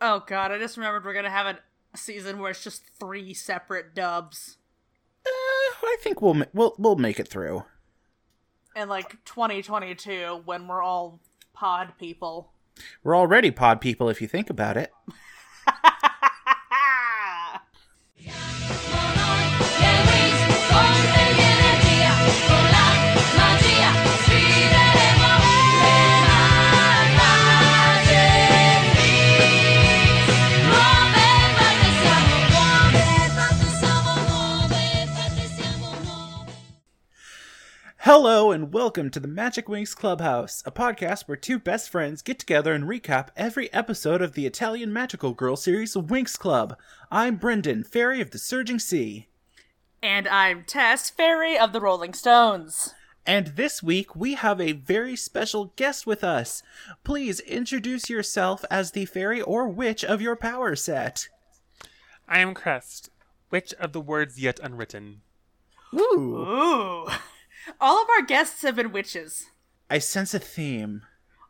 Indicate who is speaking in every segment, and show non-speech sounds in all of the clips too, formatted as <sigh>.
Speaker 1: Oh god, I just remembered we're gonna have an, a season where it's just three separate dubs
Speaker 2: Uh, I think we'll ma- we'll we'll make it through.
Speaker 1: in like 2022 when we're all pod people. <laughs>
Speaker 2: We're already pod people if you think about it. Hello and welcome to the Magic Wings Clubhouse, a podcast where two best friends get together and recap every episode of the Italian magical girl series Winx Club. I'm Brendan, fairy of the surging sea.
Speaker 1: and I'm Tess Ferry of the Rolling Stones.
Speaker 2: And this week we have a very special guest with us. Please introduce yourself as the fairy or witch of your power set.
Speaker 3: I am Crest, which of the words yet unwritten.
Speaker 2: Ooh.
Speaker 1: Ooh. All of our guests have been witches.
Speaker 2: I sense a theme.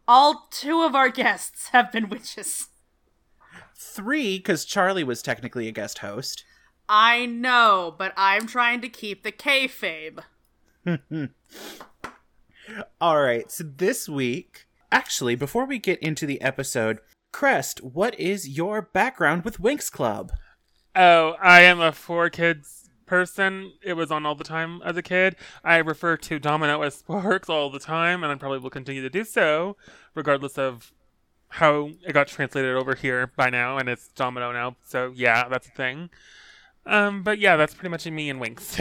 Speaker 1: All two of our guests have been witches.
Speaker 2: Three, because Charlie was technically a guest host.
Speaker 1: I know, but I'm trying to keep the kayfabe.
Speaker 2: All right, so this week, actually, before we get into the episode, Crest, what is your background with Winx Club?
Speaker 3: Oh, I am a four kids person. It was on all the time as a kid. I refer to Domino as Sparks all the time, and I probably will continue to do so, regardless of how it got translated over here by now, and it's Domino now. So yeah, that's a thing. Um, but yeah, that's pretty much me and Winks.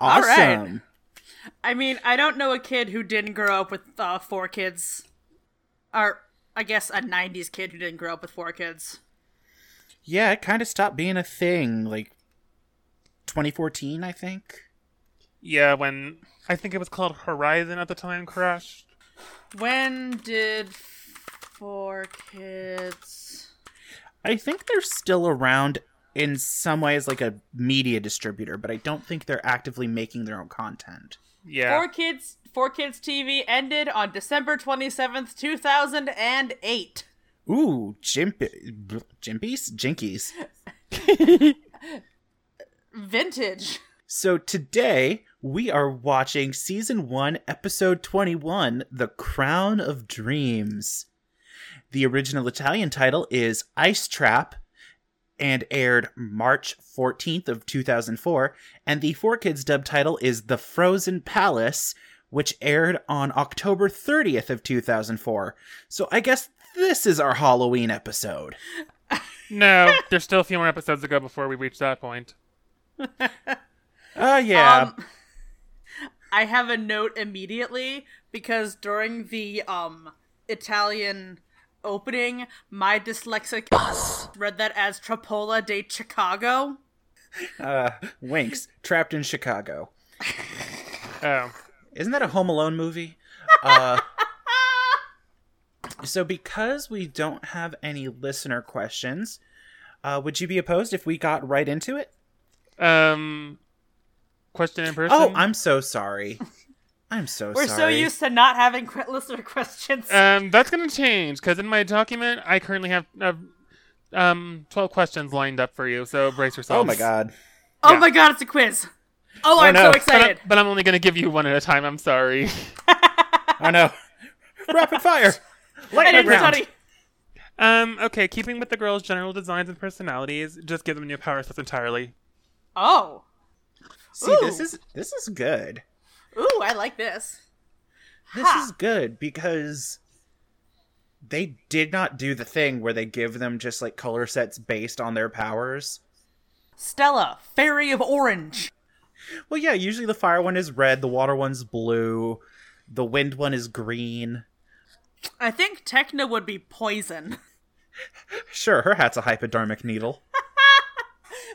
Speaker 1: All right.
Speaker 2: Awesome.
Speaker 1: I mean, I don't know a kid who didn't grow up with uh, four kids. Or, I guess, a 90s kid who didn't grow up with four kids.
Speaker 2: Yeah, it kind of stopped being a thing, like 2014, I think.
Speaker 3: <laughs> yeah, when I think it was called Horizon at the time crashed.
Speaker 1: When did four kids.
Speaker 2: I think they're still around in some ways, like a media distributor, but I don't think they're actively making their own content.
Speaker 3: Yeah.
Speaker 1: Four Kids Four Kids TV ended on December 27th, 2008.
Speaker 2: Ooh, Jimp- Jimpies? Jinkies.
Speaker 1: Vintage.
Speaker 2: So today we are watching season 1 episode 21 The Crown of Dreams. The original Italian title is Ice Trap and aired March 14th of 2004 and the 4Kids dub title is The Frozen Palace which aired on October 30th of 2004. So I guess this is our Halloween episode.
Speaker 3: No, there's still a few more episodes to go before we reach that point.
Speaker 2: Oh yeah.
Speaker 1: Um, I have a note immediately because during the um Italian opening, my dyslexic ass read that as Trapola de Chicago.
Speaker 2: uh Winx trapped in Chicago.
Speaker 3: Oh.
Speaker 2: Isn't that a Home Alone
Speaker 1: <laughs>
Speaker 2: movie? Uh, so, because we don't have any listener questions, uh, would you be opposed if we got right into it?
Speaker 3: Um, question in person.
Speaker 2: Oh, I'm
Speaker 1: <laughs>
Speaker 2: so sorry. I'm so
Speaker 1: We're
Speaker 2: sorry. Uh,
Speaker 1: so used to not having que- listener questions.
Speaker 3: Um, that's gonna change because in my document I currently have uh, um twelve questions lined up for you. So brace yourself.
Speaker 2: Oh my god.
Speaker 1: <laughs> oh
Speaker 3: yeah.
Speaker 1: my god, it's a quiz. Oh, I'm so
Speaker 3: But,
Speaker 2: <laughs>
Speaker 3: I,
Speaker 1: excited.
Speaker 3: but I'm only gonna give you one at a time. I'm sorry. <laughs>
Speaker 2: Oh no.
Speaker 1: <laughs>
Speaker 2: Rapid fire.
Speaker 1: I
Speaker 2: Lightning
Speaker 1: didn't
Speaker 2: round.
Speaker 1: study.
Speaker 3: Um, okay. Keeping with the girls' general designs and personalities, just give them new power sets entirely.
Speaker 1: Oh.
Speaker 2: See, this
Speaker 1: Ooh.
Speaker 2: is this is good.
Speaker 1: Ooh, I like this.
Speaker 2: This
Speaker 1: Ha.
Speaker 2: is good because they did not do the thing where they give them just like color sets based on their powers.
Speaker 1: Stella, Fairy of Orange.
Speaker 2: Well, yeah, usually the fire one is red, the water one's blue, the wind one is green.
Speaker 1: I think Techna would be poison. <laughs>
Speaker 2: Sure, her hat's a hypodermic needle.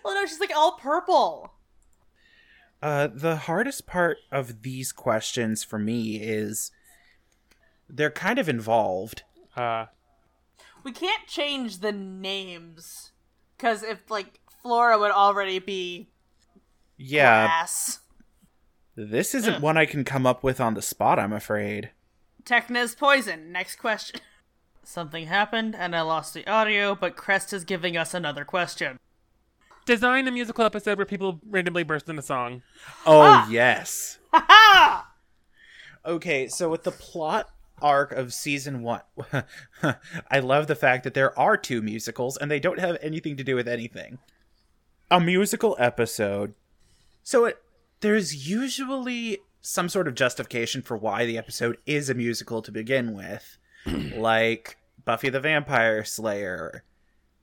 Speaker 1: well, no, she's like all purple.
Speaker 2: Uh, the hardest part of these questions for me is they're kind of involved.
Speaker 3: Uh,
Speaker 1: We can't change the names because if like Flora would already be
Speaker 2: Yeah,
Speaker 1: ass.
Speaker 2: this isn't one I can come up with on the spot, I'm afraid.
Speaker 1: Techna's poison. Next question. Something happened and I lost the audio, but Crest is giving us another question.
Speaker 3: Design a musical episode where people randomly burst into song.
Speaker 2: Oh,
Speaker 1: Ah.
Speaker 2: yes.
Speaker 1: Ha ha!
Speaker 2: Okay, so with the plot arc of season one, <laughs> I love the fact that there are two musicals and they don't have anything to do with anything. A musical episode. So it, there's usually some sort of justification for why the episode is a musical to begin with, <clears throat> like Buffy the Vampire Slayer.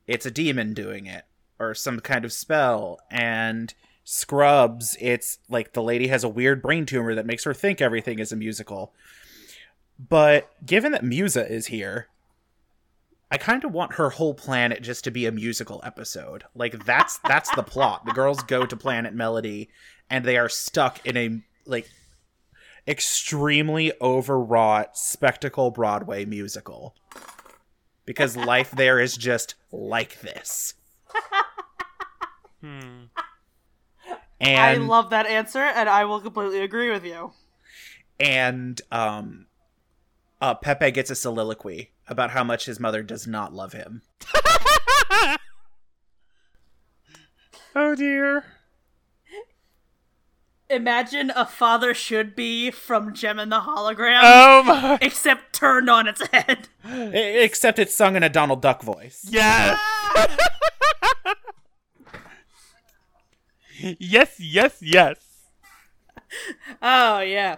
Speaker 2: It's a demon doing it, or some kind of spell, and Scrubs, it's like the lady has a weird brain tumor that makes her think everything is a musical. But given that Musa is here, I kind of want her whole planet just to be a musical episode. Like that's that's the plot. The girls go to Planet Melody and they are stuck in a like extremely overwrought spectacle Broadway musical. Because life there is just like this.
Speaker 3: Hmm.
Speaker 2: And
Speaker 1: I love that answer, and I will completely agree with you.
Speaker 2: and um uh Pepe gets a soliloquy about how much his mother does not love him.
Speaker 3: Oh dear.
Speaker 1: Imagine a father should be from Gem and the Hologram,
Speaker 3: Oh my.
Speaker 1: except turned on its head. <laughs>
Speaker 2: E- Except it's sung in a Donald Duck voice.
Speaker 3: Yes. <laughs> yes, yes, yes.
Speaker 1: Oh, yeah.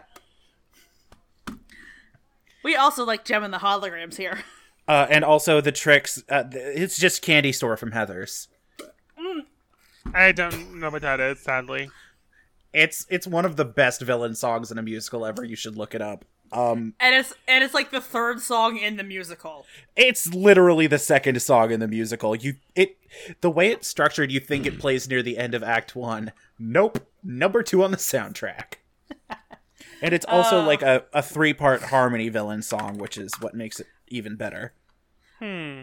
Speaker 1: We also like Gem and the Holograms here. <laughs>
Speaker 2: Uh, and also the tricks uh, th- it's just candy store from Heathers.
Speaker 3: I don't know what that is, sadly.
Speaker 2: It's it's one of the best villain songs in a musical ever. You should look it up. Um
Speaker 1: And it's and it's like the third song in the <laughs> musical.
Speaker 2: it's literally the second song in the musical. You it the way it's structured, you think it plays near the end of Act One. Nope, number two on the soundtrack. And it's also
Speaker 1: Oh.
Speaker 2: like a, a three part harmony villain song, which is what makes it even better.
Speaker 3: Hmm.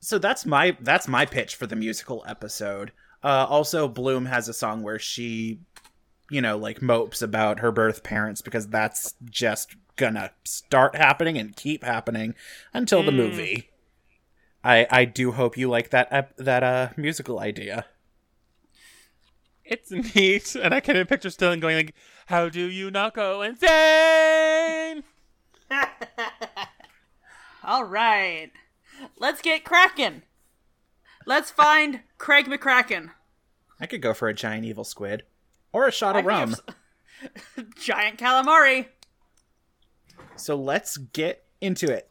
Speaker 2: So that's my that's my pitch for the musical episode. Uh, also, Bloom has a song where she, you know, like mopes about her birth parents because that's just gonna start happening and keep happening until the
Speaker 1: Hmm.
Speaker 3: Mm.
Speaker 2: movie. I I do hope you like that ep- that uh musical idea.
Speaker 3: It's neat, and I can picture still and going like, "How do you not go insane?"
Speaker 1: All right. Let's get cracking. Let's find Craig McCracken.
Speaker 2: I could go for a giant evil squid or a shot of
Speaker 1: I
Speaker 2: rum.
Speaker 1: think I've s- <laughs> Giant calamari.
Speaker 2: So let's get into it.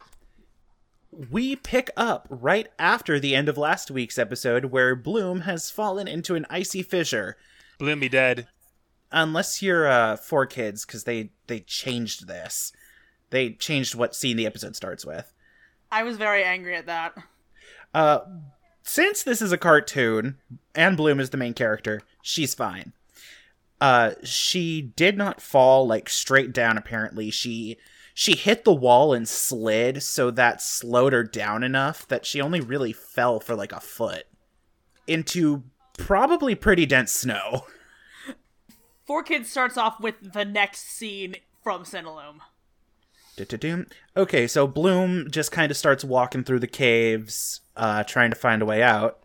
Speaker 2: We pick up right after the end of last week's episode where Bloom has fallen into an icy fissure.
Speaker 3: Bloom be dead.
Speaker 2: Unless you're uh, four kids, because they they changed this. They changed what scene the episode starts with.
Speaker 1: I was very angry at that.
Speaker 2: Uh, since this is a cartoon and Bloom is the main character, she's fine. Uh, she did not fall like straight down. Apparently, she she hit the wall and slid, so that slowed her down enough that she only really fell for like a foot into probably pretty dense snow.
Speaker 1: Four Kids starts off with the next scene from Cinnaloom.
Speaker 2: Du-du-dum. Okay, so Bloom just kind of starts walking through the caves, uh, trying to find a way out.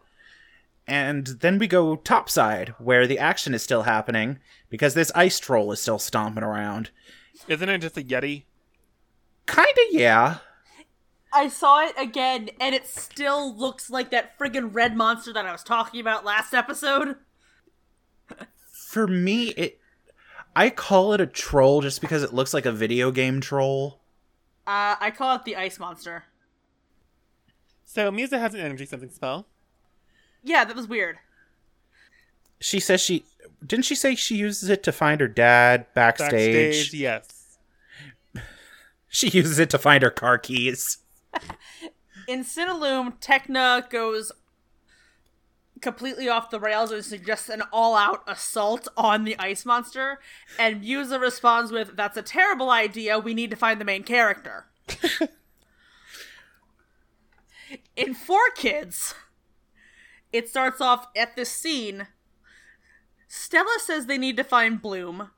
Speaker 2: And then we go topside, where the action is still happening, because this ice troll is still stomping around.
Speaker 3: Isn't it just a yeti?
Speaker 2: Kinda, yeah.
Speaker 1: I saw it again, and it still looks like that friggin' red monster that I was talking about last episode.
Speaker 2: For me, it. I call it a troll just because it looks like a video game troll.
Speaker 1: Uh, I call it the ice monster.
Speaker 3: So Misa has an energy something spell.
Speaker 1: Yeah, that was weird.
Speaker 2: She says she. Didn't she say she uses it to find her dad backstage?
Speaker 3: Backstage, yes.
Speaker 2: She uses it to find her car keys.
Speaker 1: In Cinnaloom, Techna goes completely off the rails and suggests an all out assault on the ice monster, and Musa responds with, That's a terrible idea, we need to find the main character. <laughs> In Four Kids, it starts off at this scene. Stella says they need to find Bloom.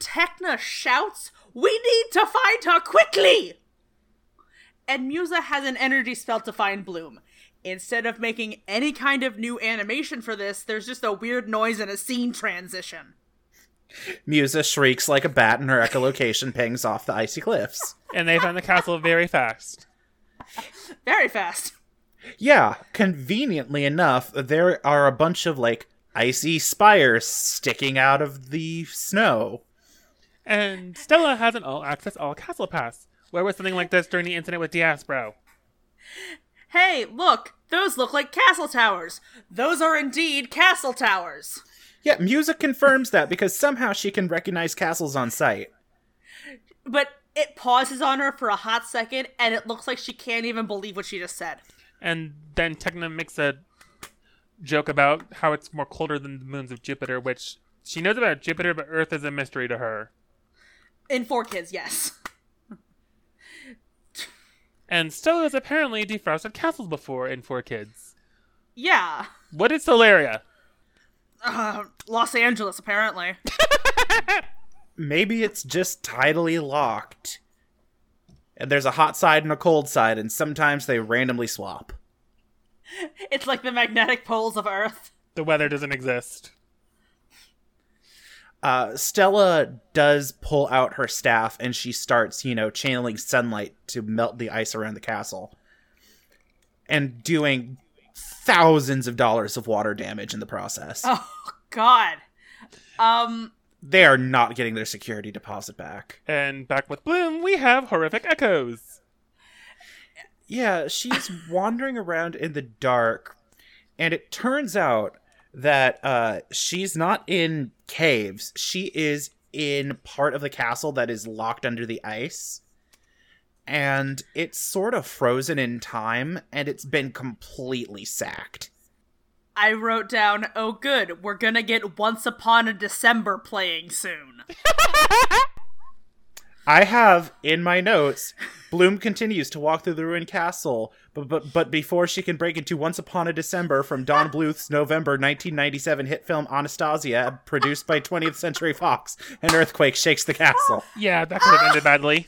Speaker 1: Techna shouts, We need to find her quickly! and Musa has an energy spell to find Bloom. Instead of making any kind of new animation for this, there's just a weird noise and a scene transition.
Speaker 2: Musa shrieks like a bat and her echolocation pings off the icy cliffs.
Speaker 3: And they find the castle very fast.
Speaker 1: Very fast.
Speaker 2: Yeah, conveniently enough, there are a bunch of like icy spires sticking out of the snow.
Speaker 3: And Stella has an all access, all castle pass. Where was something like this during the incident with Diaz, bro?
Speaker 1: Hey, look, those look like castle towers. Those are indeed castle towers.
Speaker 2: Yeah, music confirms that because somehow she can recognize castles on sight.
Speaker 1: But it pauses on her for a hot second, and it looks like she can't even believe what she just said.
Speaker 3: And then Techna makes a joke about how it's more colder than the moons of Jupiter, which she knows about Jupiter, but Earth is a mystery to her.
Speaker 1: In Four Kids, yes.
Speaker 3: And Stella's apparently defrosted castles before in Four Kids.
Speaker 1: Yeah.
Speaker 3: What is Solaria?
Speaker 1: Uh, Los Angeles, apparently.
Speaker 2: Maybe it's just tidally locked. And there's a hot side and a cold side, and sometimes they randomly swap.
Speaker 1: It's like the magnetic poles of Earth. <laughs>
Speaker 3: The weather doesn't exist.
Speaker 2: Uh, Stella does pull out her staff and she starts, you know, channeling sunlight to melt the ice around the castle and doing thousands of dollars of water damage in the process.
Speaker 1: Oh, God. Um,
Speaker 2: They are not getting their security deposit back.
Speaker 3: And back with Bloom, we have horrific echoes.
Speaker 2: Yeah, she's wandering around in the dark, and it turns out that uh, she's not in caves. She is in part of the castle that is locked under the ice, and it's sort of frozen in time, and it's been completely sacked.
Speaker 1: I wrote down, oh, good, we're gonna get Once Upon a December playing soon.
Speaker 2: I have in my notes. Bloom continues to walk through the ruined castle, but but but before she can break into "Once Upon a December" from Don Bluth's November 1997 hit film *Anastasia*, produced by 20th Century Fox, an earthquake shakes the castle.
Speaker 3: Yeah, that could have ended badly.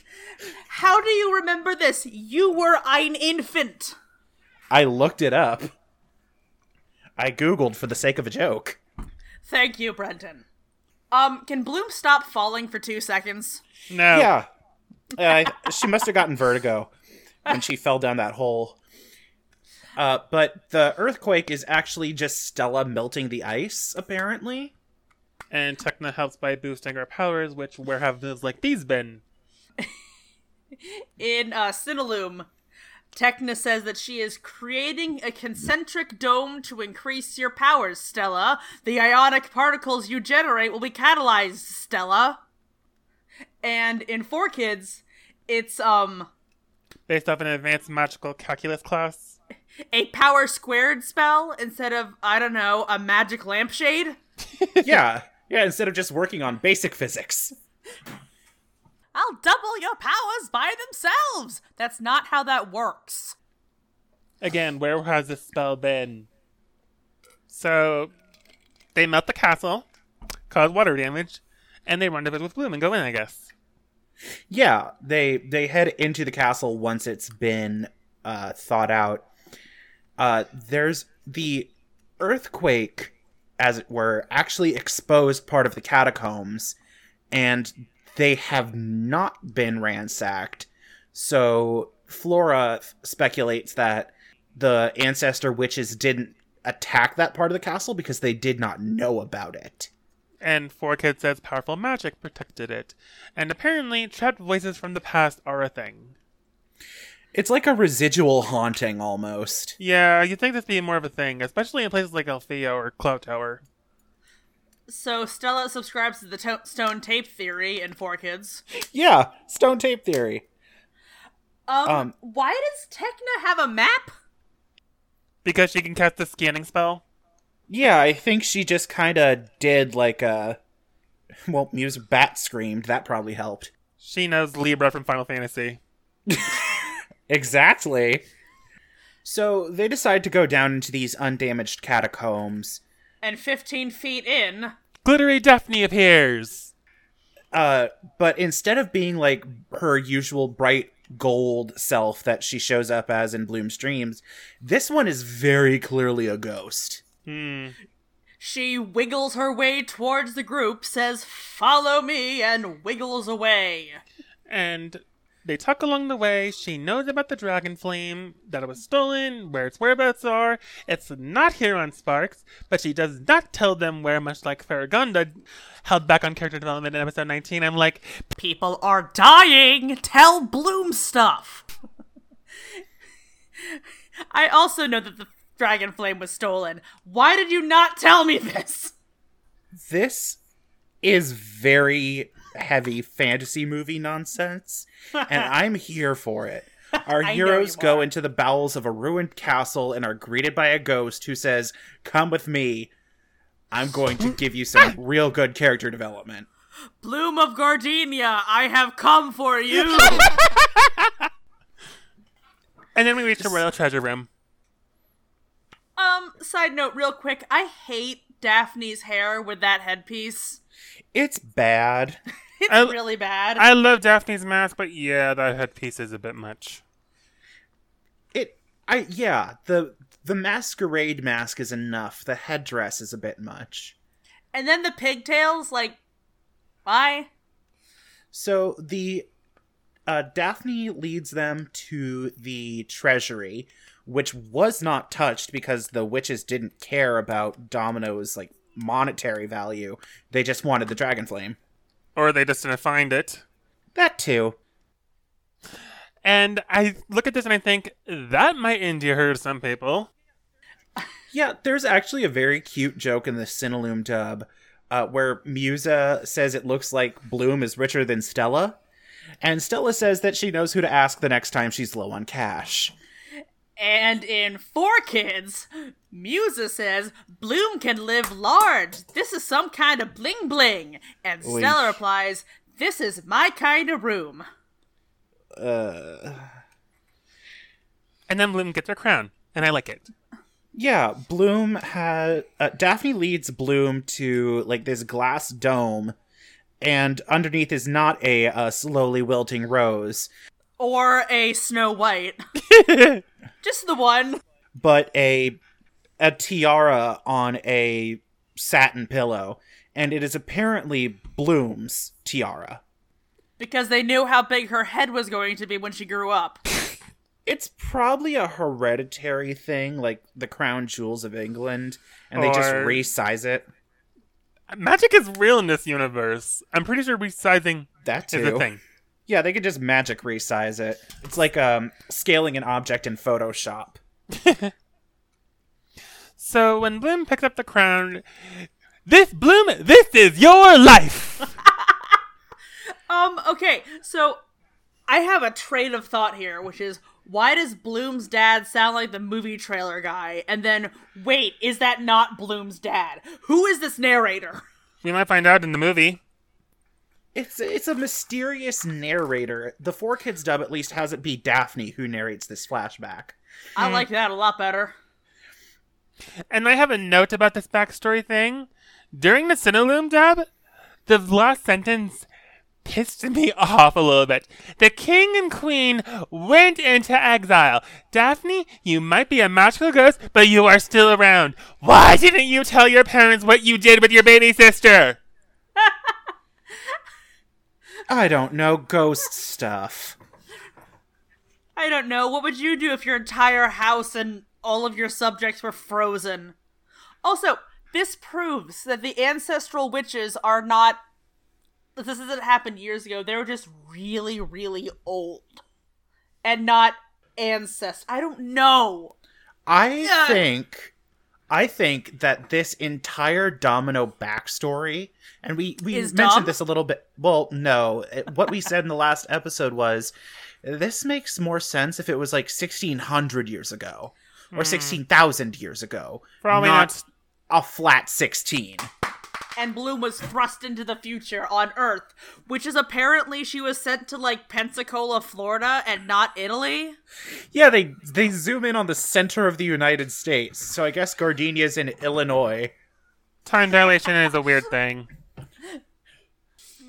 Speaker 1: How do you remember this? You were ein infant.
Speaker 2: I looked it up. I googled for the sake of a joke.
Speaker 1: Thank you, Brenton. Um, can Bloom stop falling for two seconds?
Speaker 3: No.
Speaker 2: Yeah, uh, she must have gotten vertigo when she fell down that hole. Uh, but the earthquake is actually just Stella melting the ice, apparently.
Speaker 3: And Techna helps by boosting our powers, which where have moves like these been?
Speaker 1: In uh, Cinnaloom, Techna says that she is creating a concentric dome to increase your powers, Stella. The ionic particles you generate will be catalyzed, Stella. And in Four Kids, it's um
Speaker 3: Based off an advanced magical calculus class.
Speaker 1: a power squared spell instead of I don't know a magic lampshade.
Speaker 2: yeah. Yeah, instead of just working on basic physics.
Speaker 1: I'll double your powers by themselves. That's not how that works.
Speaker 3: Again, where has this spell been? So, they melt the castle, cause water damage, and they run to bed with Bloom and go in, I guess.
Speaker 2: Yeah, they they head into the castle once it's been uh thought out. Uh there's the earthquake as it were actually exposed part of the catacombs and they have not been ransacked. So Flora f- speculates that the ancestor witches didn't attack that part of the castle because they did not know about it.
Speaker 3: And Four Kids says powerful magic protected it. And apparently, trapped voices from the past are a thing.
Speaker 2: It's like a residual haunting almost.
Speaker 3: Yeah, you'd think this would be more of a thing, especially in places like Althea or Cloud Tower.
Speaker 1: So Stella subscribes to the to- stone tape theory in Four Kids.
Speaker 2: Yeah, stone tape theory.
Speaker 1: Um,
Speaker 2: Um,
Speaker 1: why does Techna have a map?
Speaker 3: Because she can cast the scanning spell.
Speaker 2: Yeah, I think she just kind of did like a well, Muse bat screamed. That probably helped.
Speaker 3: She knows Libra from Final Fantasy.
Speaker 2: Exactly. So they decide to go down into these undamaged catacombs.
Speaker 1: And 15 feet in,
Speaker 3: Glittery Daphne appears!
Speaker 2: Uh, but instead of being like her usual bright gold self that she shows up as in Bloom's dreams. This one is very clearly a ghost.
Speaker 3: Hmm.
Speaker 1: She wiggles her way towards the group, says, Follow me, and wiggles away.
Speaker 3: And they talk along the way. She knows about the dragon flame, that it was stolen, where its whereabouts are. It's not here on Sparks, but she does not tell them where, much like Farragonda held back on character development in episode 19. I'm like,
Speaker 1: People are dying! Tell Bloom stuff! I also know that the dragon flame was stolen. Why did you not tell me this?
Speaker 2: This is very heavy fantasy movie nonsense,
Speaker 1: <laughs>
Speaker 2: and I'm here for it. Our
Speaker 1: I know
Speaker 2: heroes
Speaker 1: you
Speaker 2: go
Speaker 1: are.
Speaker 2: into the bowels of a ruined castle and are greeted by a ghost who says, Come with me. I'm going to give
Speaker 1: <laughs>
Speaker 2: you some real good character development.
Speaker 1: Bloom of Gardenia, I have come for
Speaker 3: <laughs>
Speaker 1: you!
Speaker 3: and then we reach the royal treasure room.
Speaker 1: um, side note, real quick, I hate Daphne's hair with that headpiece.
Speaker 2: It's bad.
Speaker 1: It's
Speaker 3: I-
Speaker 1: really bad.
Speaker 3: I love Daphne's mask, but yeah, that headpiece is a bit much.
Speaker 2: It I yeah, the the masquerade mask is enough. The headdress is a bit much.
Speaker 1: and then the pigtails, like, why?
Speaker 2: So the uh, Daphne leads them to the treasury, which was not touched because the witches didn't care about Domino's like monetary value. They just wanted the dragon flame.
Speaker 3: Or they just didn't find it.
Speaker 2: That too.
Speaker 3: And I look at this and I think, that might endear her to some people.
Speaker 2: Yeah, there's actually a very cute joke in the Cinnaloom dub uh, where Musa says it looks like Bloom is richer than Stella. And Stella says that she knows who to ask the next time she's low on cash.
Speaker 1: And in Four Kids, Musa says, Bloom can live large. This is some kind of bling bling. And
Speaker 2: Oy.
Speaker 1: Stella replies, This is my kind of room.
Speaker 2: Uh,
Speaker 3: And then Bloom gets her crown, and I like it.
Speaker 2: Yeah, Bloom had uh, Daphne leads Bloom to like this glass dome, and underneath is not a uh, slowly wilting rose,
Speaker 1: Or a Snow White. Just the one.
Speaker 2: but a a tiara on a satin pillow, and it is apparently Bloom's tiara.
Speaker 1: Because they knew how big her head was going to be when she grew up.
Speaker 2: It's probably a hereditary thing, like the crown jewels of England, and they just
Speaker 3: Or-
Speaker 2: resize it.
Speaker 3: Magic is real in this universe. I'm pretty sure resizing
Speaker 2: That too.
Speaker 3: is a thing.
Speaker 2: Yeah, they could just magic resize it. It's like um scaling an object in Photoshop.
Speaker 3: So when Bloom picks up the crown, this Bloom, this is your life.
Speaker 1: Um, okay, so I have a train of thought here, which is why does Bloom's dad sound like the movie trailer guy? And then, wait, is that not Bloom's dad? Who is this narrator?
Speaker 3: we might find out in the movie.
Speaker 2: It's it's a mysterious narrator. The four kids dub at least has it be Daphne who narrates this flashback.
Speaker 1: I like that a lot better.
Speaker 3: And I have a note about this backstory thing. During the Cinnaloom dub, the last sentence pissed me <laughs> off a little bit. The king and queen went into exile. Daphne, you might be a magical ghost, but you are still around. Why didn't you tell your parents what you did with your baby sister?
Speaker 2: I don't know ghost stuff.
Speaker 1: I don't know. What would you do if your entire house and all of your subjects were frozen? Also, this proves that the ancestral witches are not. This hasn't happened years ago. They were just really, really old. And not ancest. I don't know.
Speaker 2: I
Speaker 1: Yeah.
Speaker 2: think I think that this entire Domino backstory, and we we
Speaker 1: Is
Speaker 2: mentioned
Speaker 1: dumb?
Speaker 2: this a little bit. Well, no, It- what we said in the last episode was this makes more sense if it was like sixteen hundred years ago
Speaker 1: Hmm.
Speaker 2: or sixteen thousand years ago.
Speaker 3: Probably not.
Speaker 2: a flat sixteen.
Speaker 1: And Bloom was thrust into the future on Earth, which is apparently she was sent to like Pensacola, Florida, and not Italy.
Speaker 2: Yeah, they they zoom in on the center of the United States, so I guess Gardenia's in Illinois.
Speaker 3: Time dilation is a weird thing.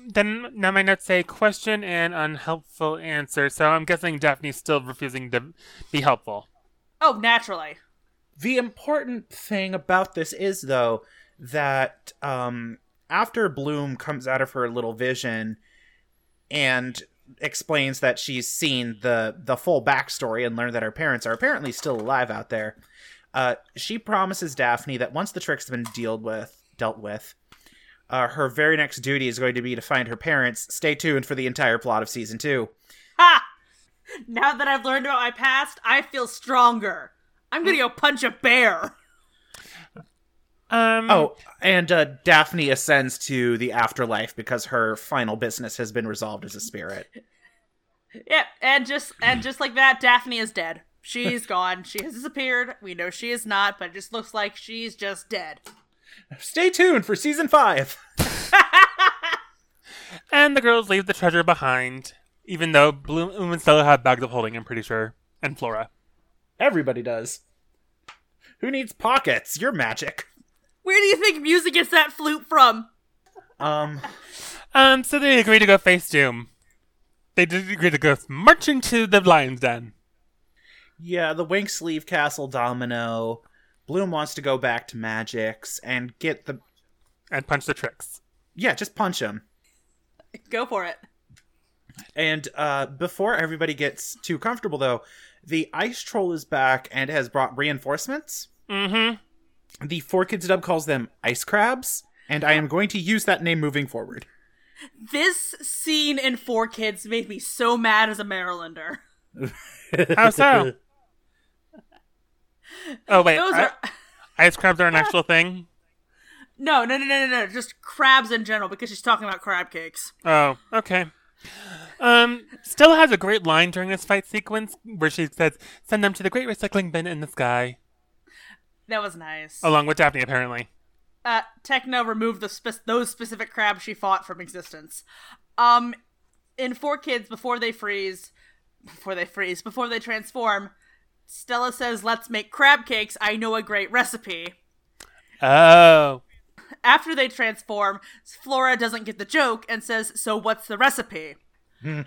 Speaker 3: Then now my notes say question and unhelpful answer. So I'm guessing Daphne's still refusing to be helpful.
Speaker 1: Oh, naturally.
Speaker 2: The important thing about this is, though, that um, after Bloom comes out of her little vision and explains that she's seen the the full backstory and learned that her parents are apparently still alive out there, uh, she promises Daphne that once the trick's been dealt with, dealt with, uh, her very next duty is going to be to find her parents. Stay tuned for the entire plot of season two.
Speaker 1: Ha! Now that I've learned about my past, I feel stronger. I'm gonna go punch a bear.
Speaker 3: Um,
Speaker 2: Oh, and uh, Daphne ascends to the afterlife because her final business has been resolved as a spirit.
Speaker 1: Yep, and just and just like that, Daphne is dead. <laughs> She's gone. She has disappeared. We know she is not, but it just looks like she's just dead.
Speaker 2: Stay tuned for season five.
Speaker 3: and the girls leave the treasure behind, even though Bloom and Stella have bags of holding. I'm pretty sure, and Flora.
Speaker 2: Everybody does. Who needs pockets? You're magic.
Speaker 1: Where do you think music gets that flute from?
Speaker 2: Um,
Speaker 3: Um, so they agree to go face doom. They did agree to go march into the lion's den.
Speaker 2: yeah, the Winks leave Castle Domino. Bloom wants to go back to Magic's and get the
Speaker 3: and punch the tricks.
Speaker 2: yeah, just punch him.
Speaker 1: Go for it.
Speaker 2: And uh, before everybody gets too comfortable, though, the ice troll is back and has brought reinforcements.
Speaker 3: Mm-hmm.
Speaker 2: The four kids dub calls them ice crabs, and I am going to use that name moving forward.
Speaker 1: This scene in Four Kids made me so mad as a Marylander.
Speaker 3: <laughs> How so? oh wait,
Speaker 1: Those
Speaker 3: I-
Speaker 1: are
Speaker 3: ice crabs are an actual thing.
Speaker 1: no, no, no, no, no, no. Just crabs in general, because she's talking about crab cakes.
Speaker 3: Oh, okay. Um, Stella has a great line during this fight sequence where she says, "Send them to the great recycling bin in the sky,"
Speaker 1: That was nice.
Speaker 3: along with Daphne apparently.
Speaker 1: uh, Techno removed the spec- those specific crabs she fought from existence. Um, in Four Kids, before they freeze, before they freeze, before they transform, Stella says, "Let's make crab cakes. I know a great recipe."
Speaker 3: Oh,
Speaker 1: After they transform, Flora doesn't get the joke and says, "So what's the recipe?"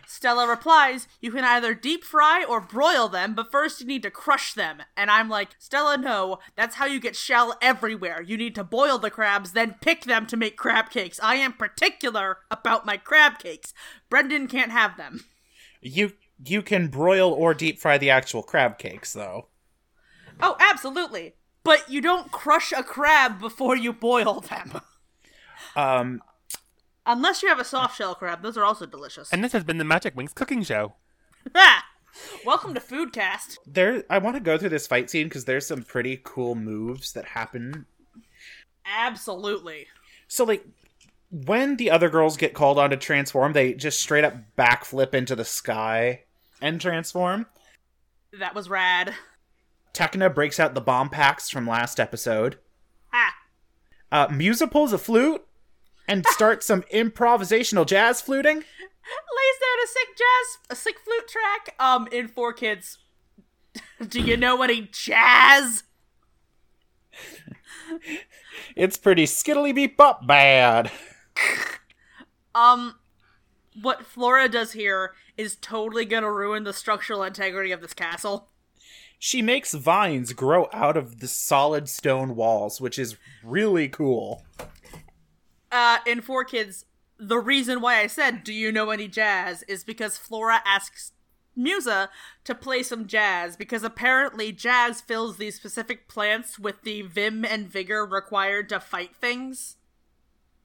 Speaker 1: Stella replies, "You can either deep fry or broil them, but first you need to crush them." And I'm like, "Stella, no. That's how you get shell everywhere. You need to boil the crabs, then pick them to make crab cakes. I am particular about my crab cakes. Brendan can't have them."
Speaker 2: You you can broil or deep fry the actual crab cakes, though.
Speaker 1: Oh, absolutely. But you don't crush a crab before you boil them. <laughs>
Speaker 2: Um,
Speaker 1: Unless you have a soft shell crab, those are also delicious.
Speaker 3: and this has been the Magic Wings cooking show.
Speaker 1: Ah! <laughs> Welcome to Foodcast.
Speaker 2: there. I want to go through this fight scene because there's some pretty cool moves that happen.
Speaker 1: Absolutely.
Speaker 2: So like. When the other girls get called on to transform, they just straight up backflip into the sky and transform.
Speaker 1: That was rad.
Speaker 2: Tekna breaks out the bomb packs from last episode.
Speaker 1: Ha!
Speaker 2: Uh, Musa pulls a flute and starts some improvisational jazz fluting.
Speaker 1: Lays down a sick jazz, a sick flute track. Um, in Four Kids. <laughs> Do you know any jazz?
Speaker 2: It's pretty skittily beep up bad.
Speaker 1: Um, what Flora does here is totally gonna ruin the structural integrity of this castle.
Speaker 2: She makes vines grow out of the solid stone walls, which is really cool.
Speaker 1: Uh, in Four Kids, the reason why I said, do you know any jazz, is because Flora asks Musa to play some jazz, because apparently jazz fills these specific plants with the vim and vigor required to fight things.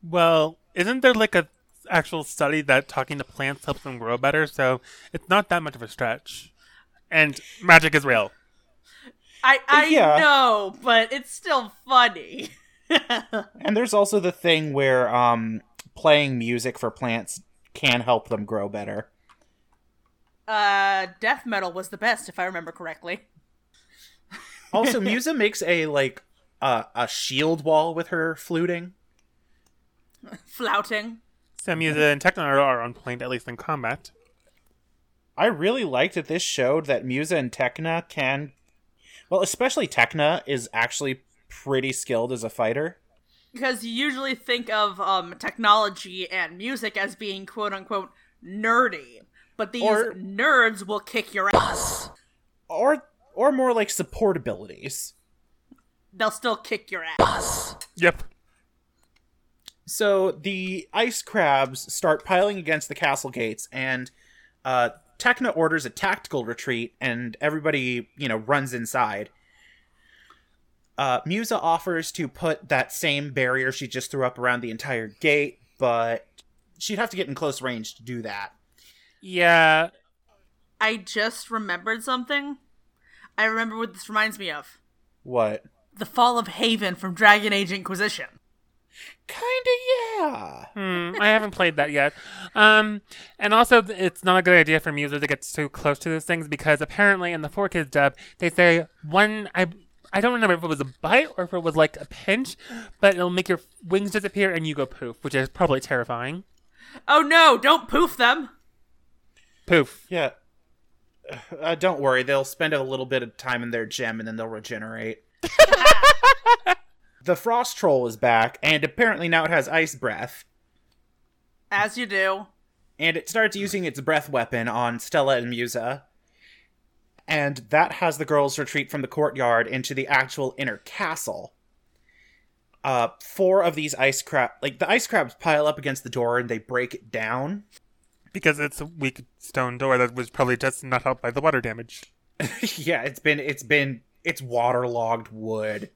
Speaker 3: Well, isn't there like a actual study that talking to plants helps them grow better? So it's not that much of a stretch. And magic is real.
Speaker 1: I I
Speaker 2: Yeah.
Speaker 1: know, but it's still funny.
Speaker 2: And there's also the thing where um, playing music for plants can help them grow better.
Speaker 1: Uh, death metal was the best, if I remember correctly.
Speaker 2: Also, Musa makes a like uh, a shield wall with her fluting.
Speaker 1: Flouting.
Speaker 3: So music and techno are on point, at least in combat.
Speaker 2: I really liked that this showed that Musa and Tekna can, well, especially Tekna is actually pretty skilled as a fighter.
Speaker 1: because you usually think of um, technology and music as being quote unquote nerdy, but these
Speaker 2: Or-
Speaker 1: nerds will kick your ass.
Speaker 2: Or or more like support abilities.
Speaker 1: They'll still kick your ass.
Speaker 3: Yep.
Speaker 2: So the ice crabs start piling against the castle gates, and uh, Tekna orders a tactical retreat, and everybody, you know, runs inside. Uh, Musa offers to put that same barrier she just threw up around the entire gate, but she'd have to get in close range to do that.
Speaker 3: Yeah.
Speaker 1: I just remembered something. I remember what this reminds me of
Speaker 2: What?
Speaker 1: the fall of Haven from Dragon Age Inquisition.
Speaker 2: Kinda, yeah.
Speaker 3: Hmm, I haven't played that yet. Um, and also, th- it's not a good idea for Muser to get too close to those things because apparently in the 4 Kids dub, they say one. I I don't remember if it was a bite or if it was like a pinch, but it'll make your wings disappear and you go poof, which is probably terrifying.
Speaker 1: Oh no, don't poof them!
Speaker 3: Poof.
Speaker 2: Yeah. Uh, don't worry, they'll spend a little bit of time in their gym and then they'll regenerate. the frost troll is back, and apparently now it has ice breath,
Speaker 1: As you do.
Speaker 2: and it starts using its breath weapon on Stella and Musa. And that has the girls retreat from the courtyard into the actual inner castle. Uh, four of these ice crab, like the ice crabs, pile up against the door and they break it down. <laughs>
Speaker 3: Because it's a weak stone door that was probably just not helped by the water damage.
Speaker 2: yeah, it's been, it's been, it's waterlogged wood.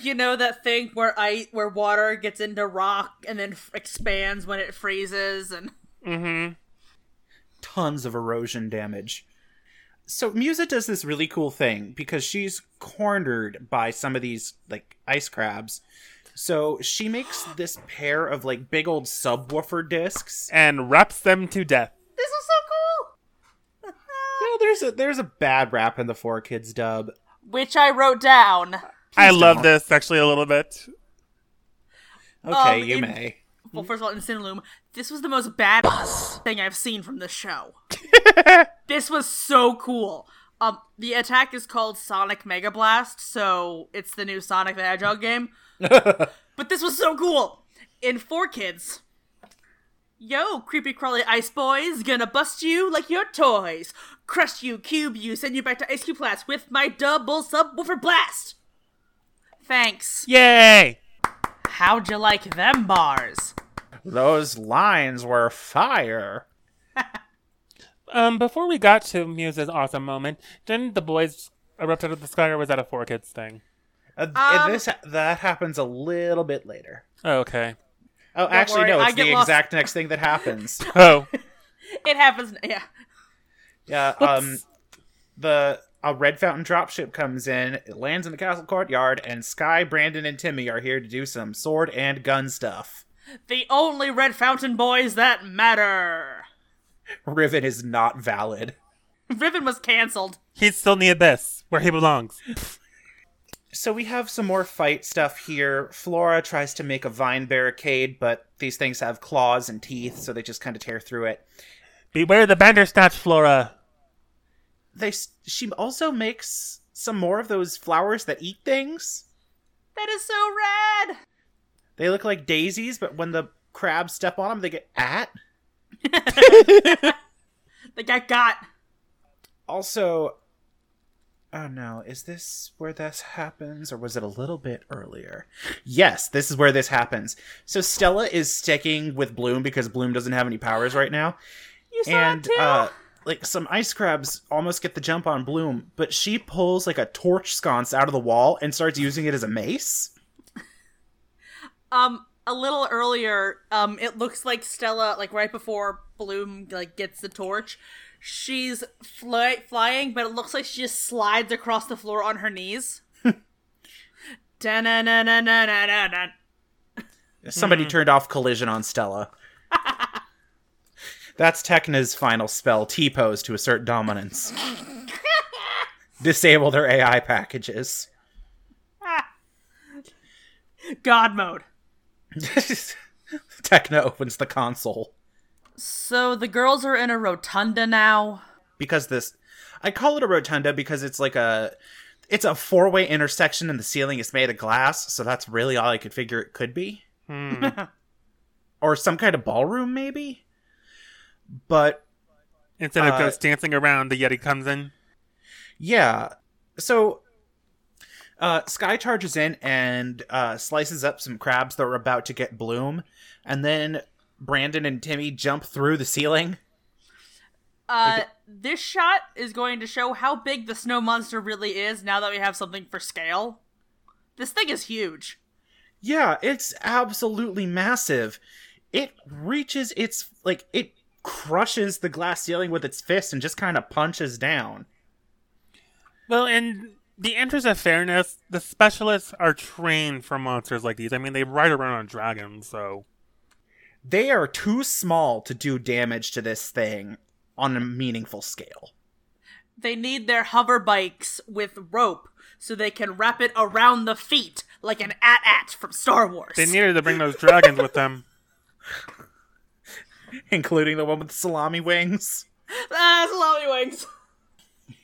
Speaker 1: You know that thing where I where water gets into rock and then f- expands when it freezes and <laughs>
Speaker 3: Mm-hmm.
Speaker 2: tons of erosion damage. So Musa does this really cool thing because she's cornered by some of these like ice crabs. So she makes this pair of like big old subwoofer discs.
Speaker 3: And wraps them to death.
Speaker 1: this is so cool.
Speaker 2: No, there's a there's a bad rap in the four kids dub.
Speaker 1: Which I wrote down.
Speaker 3: I
Speaker 2: Please
Speaker 3: love
Speaker 2: don't.
Speaker 3: this actually a little bit.
Speaker 2: Okay,
Speaker 1: Um,
Speaker 2: you
Speaker 1: in-
Speaker 2: may.
Speaker 1: Well, first of all, in Cineloom, this was the most badass thing I've seen from the show. this was so cool. Um, the attack is called Sonic Mega Blast, so it's the new Sonic the Hedgehog game. but this was so cool. In Four Kids, yo, creepy crawly ice boys, gonna bust you like your toys, crush you, cube you, send you back to Ice Cube Blast with my double subwoofer blast. Thanks.
Speaker 3: Yay!
Speaker 1: How'd you like them bars?
Speaker 2: Those lines were fire.
Speaker 3: Um, before we got to Muse's awesome moment, didn't the boys erupt out of the sky, or was that a four kids thing?
Speaker 2: Uh, th-
Speaker 1: Um,
Speaker 2: this that happens a little bit later.
Speaker 3: Oh, okay.
Speaker 2: Oh, actually,
Speaker 1: worry,
Speaker 2: no,
Speaker 1: I
Speaker 2: it's the
Speaker 1: get lost.
Speaker 2: exact next thing
Speaker 1: <laughs>
Speaker 2: that happens. <laughs>
Speaker 3: Oh,
Speaker 1: It happens. Yeah.
Speaker 2: Yeah. Um, the a red fountain dropship comes in, it lands in the castle courtyard, and Sky, Brandon, and Timmy are here to do some sword and gun stuff. <laughs>
Speaker 1: The only Red Fountain boys that matter.
Speaker 2: Riven is not valid.
Speaker 1: Ribbon was canceled.
Speaker 3: he's still in the abyss where he belongs.
Speaker 2: So we have some more fight stuff here. Flora tries to make a vine barricade, but these things have claws and teeth, so they just kind of tear through it.
Speaker 3: Beware the Bandersnatch, Flora.
Speaker 2: They s- she also makes some more of those flowers that eat things.
Speaker 1: That is so rad.
Speaker 2: They look like daisies, but when the crabs step on them, they get at.
Speaker 1: They got got.
Speaker 2: also oh no is this where this happens or was it a little bit earlier yes this is where this happens so stella is sticking with bloom because bloom doesn't have any powers right now
Speaker 1: You saw it
Speaker 2: and
Speaker 1: too.
Speaker 2: uh like some ice crabs almost get the jump on bloom but she pulls like a torch sconce out of the wall and starts using it as a mace
Speaker 1: um, a little earlier, um, it looks like Stella, like right before Bloom, like gets the torch. She's fly- flying, but it looks like she just slides across the floor on her knees. Da-na-na-na-na-na-na.
Speaker 2: somebody turned off collision on stella <laughs> that's tekna's final spell t-pose to assert dominance disable their ai packages
Speaker 1: God mode.
Speaker 2: Tekna opens the console
Speaker 1: So the girls are in a rotunda now.
Speaker 2: because this I call it a rotunda because it's like a It's a four way intersection and the ceiling is made of glass, so that's really all I could figure it could be. <laughs>
Speaker 3: Hmm.
Speaker 2: Or some kind of ballroom, maybe? But
Speaker 3: Instead of
Speaker 2: Uh,
Speaker 3: ghosts dancing around, the Yeti comes in.
Speaker 2: Yeah. So uh, Sky charges in and uh, slices up some crabs that were about to get bloom, and then Brandon and Timmy jump through the ceiling.
Speaker 1: Uh, this shot is going to show how big the snow monster really is now that we have something for scale. This thing is huge.
Speaker 2: Yeah, it's absolutely massive. It reaches its like it crushes the glass ceiling with its fist and just kind of punches down.
Speaker 3: Well, in the interest of fairness, the specialists are trained for monsters like these. I mean, they ride around on dragons, so
Speaker 2: They are too small to do damage to this thing on a meaningful scale. <laughs>
Speaker 1: They need their hover bikes with rope so they can wrap it around the feet like an at-at from Star Wars.
Speaker 3: they needed to bring those dragons with them.
Speaker 2: Including the one with the salami wings.
Speaker 1: <laughs> ah, salami wings.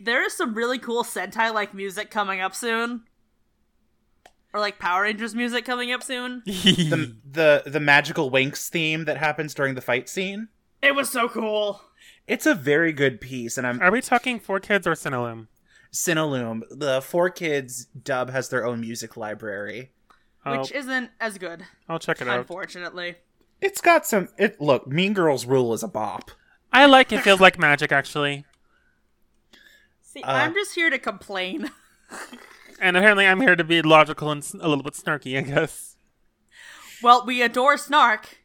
Speaker 1: There is some really cool Sentai like music coming up soon. Or like Power Rangers music coming up soon.
Speaker 2: <laughs> the the the magical winks theme that happens during the fight scene.
Speaker 1: It was so cool.
Speaker 2: It's a very good piece, and I'm
Speaker 3: are we talking four kids or Cinnaloom?
Speaker 2: Cineloom. The four kids dub has their own music library.
Speaker 3: I'll,
Speaker 1: Which isn't as good,
Speaker 3: Oh, I'll check it out.
Speaker 1: unfortunately.
Speaker 2: It's got some. It look Mean Girls Rule is a bop.
Speaker 3: I like it. Feels like magic, actually.
Speaker 1: See,
Speaker 2: Uh,
Speaker 1: I'm just here to complain.
Speaker 3: And apparently, I'm here to be logical and s- a little bit snarky, I guess.
Speaker 1: well, we adore Snark.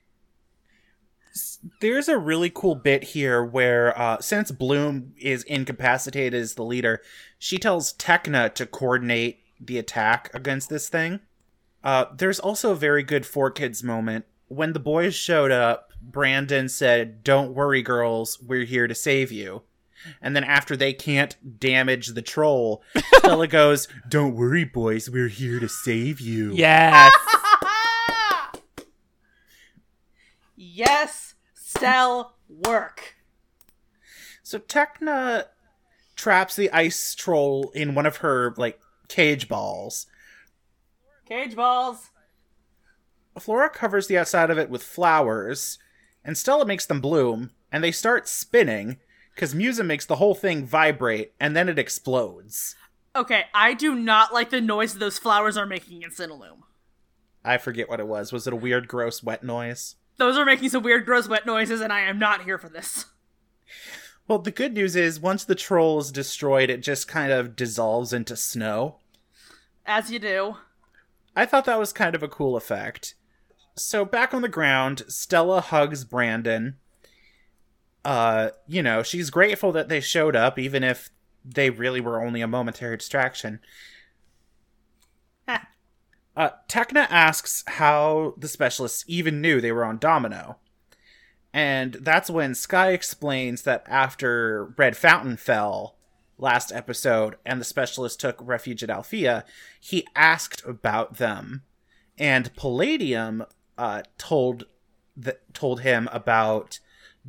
Speaker 2: There's a really cool bit here where uh, since Bloom is incapacitated as the leader, she tells Tekna to coordinate the attack against this thing. Uh, there's also a very good four kids moment. When the boys showed up, Brandon said, Don't worry, girls, we're here to save you. And then after they can't damage the troll, Stella goes, Don't worry, boys, we're here to save you.
Speaker 3: Yes.
Speaker 1: yes, sell work.
Speaker 2: So Tekna traps the ice troll in one of her like cage balls.
Speaker 1: Cage balls.
Speaker 2: Flora covers the outside of it with flowers, and Stella makes them bloom, and they start spinning because Musa makes the whole thing vibrate, and then it explodes.
Speaker 1: Okay, I do not like the noise those flowers are making in Cinnaloom.
Speaker 2: I forget what it was. Was it a weird, gross, wet noise?
Speaker 1: Those are making some weird, gross, wet noises, and I am not here for this.
Speaker 2: Well, the good news is once the troll is destroyed, it just kind of dissolves into snow.
Speaker 1: As you do.
Speaker 2: I thought that was kind of a cool effect. So back on the ground, Stella hugs Brandon. Uh, you know, she's grateful that they showed up, even if they really were only a momentary distraction.
Speaker 1: Heh.
Speaker 2: Uh, Tekna asks how the specialists even knew they were on Domino. And that's when Sky explains that after Red Fountain fell last episode and the specialist took refuge at Althea, he asked about them. And Palladium uh, told th- told him about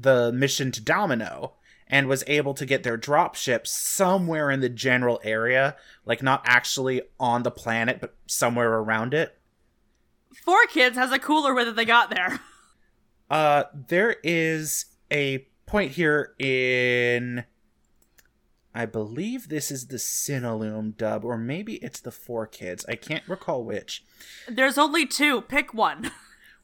Speaker 2: the mission to Domino and was able to get their dropship somewhere in the general area, like not actually on the planet, but somewhere around it.
Speaker 1: Four Kids has a cooler way that they got there.
Speaker 2: Uh, there is a point here in. I believe this is the Cinnaloom dub, or maybe it's the Four Kids. I can't recall which.
Speaker 1: There's only two. Pick one.